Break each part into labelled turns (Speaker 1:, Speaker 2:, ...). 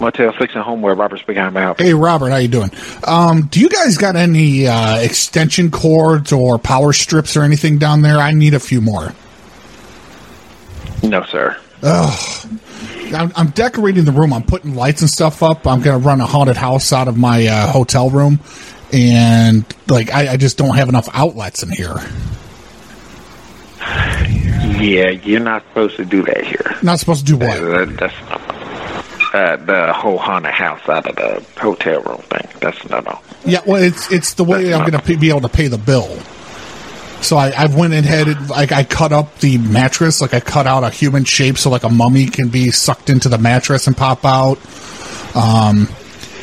Speaker 1: Motel Flicks and Homeware. Robert speaking. How may I help you?
Speaker 2: Hey, Robert, how you doing? Um, do you guys got any uh, extension cords or power strips or anything down there? I need a few more.
Speaker 1: No, sir.
Speaker 2: Ugh. I'm, I'm decorating the room. I'm putting lights and stuff up. I'm going to run a haunted house out of my uh, hotel room, and like I, I just don't have enough outlets in here.
Speaker 1: Yeah, you're not supposed to do that here.
Speaker 2: Not supposed to do what?
Speaker 1: Uh, that- that's no. Uh, the whole haunted house out of the hotel room thing. That's no no.
Speaker 2: Yeah, well, it's it's the way I'm going to be able to pay the bill. So I, I went ahead and like I cut up the mattress, like I cut out a human shape, so like a mummy can be sucked into the mattress and pop out. Um,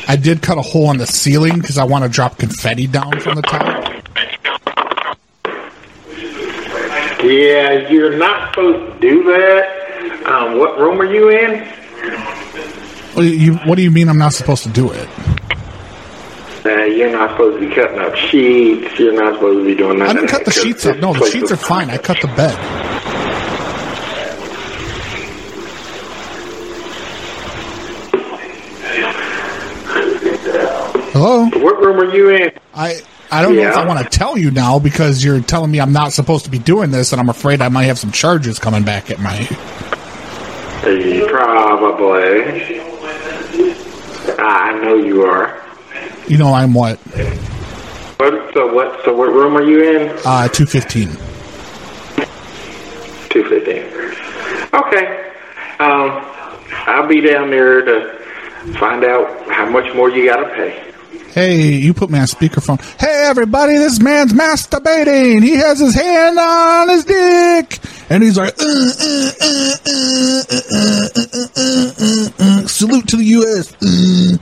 Speaker 2: I did cut a hole in the ceiling because I want to drop confetti down from the top.
Speaker 3: Yeah, you're not supposed to do that. Um, what room are you in?
Speaker 2: What do Oh, you, what do you mean I'm not supposed to do it?
Speaker 3: Uh, you're not supposed to be cutting up sheets. You're not supposed to be doing
Speaker 2: I
Speaker 3: nothing.
Speaker 2: didn't cut the sheets up. No, the sheets are fine. I cut the bed. Hello.
Speaker 3: What room are you in?
Speaker 2: I I don't know if I
Speaker 3: Yeah.
Speaker 2: want to tell you now because you're telling me I'm not supposed to be doing this, and I'm afraid I might have some charges coming back at my.
Speaker 3: Eh, Probably. Ah, I know you are.
Speaker 2: You know, I'm what
Speaker 3: What, so what? So what room are you in?
Speaker 2: uh, two fifteen.
Speaker 3: Two fifteen. Okay. Um, I'll be down there to find out how much more you gotta pay.
Speaker 2: Hey, you put me on speakerphone. Hey, everybody, this man's masturbating. He has his hand on his dick, and he's like, uh, uh, uh, uh, uh, uh, uh, uh, uh, uh, salute to the U.S. Uh,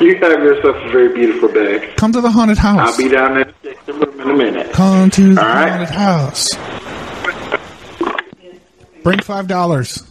Speaker 3: You have yourself a very beautiful day.
Speaker 2: come to the haunted
Speaker 3: I'll
Speaker 2: house.
Speaker 3: be down there to check the room in a minute.
Speaker 2: Come to the
Speaker 3: All right.
Speaker 2: haunted house. Bring five dollars.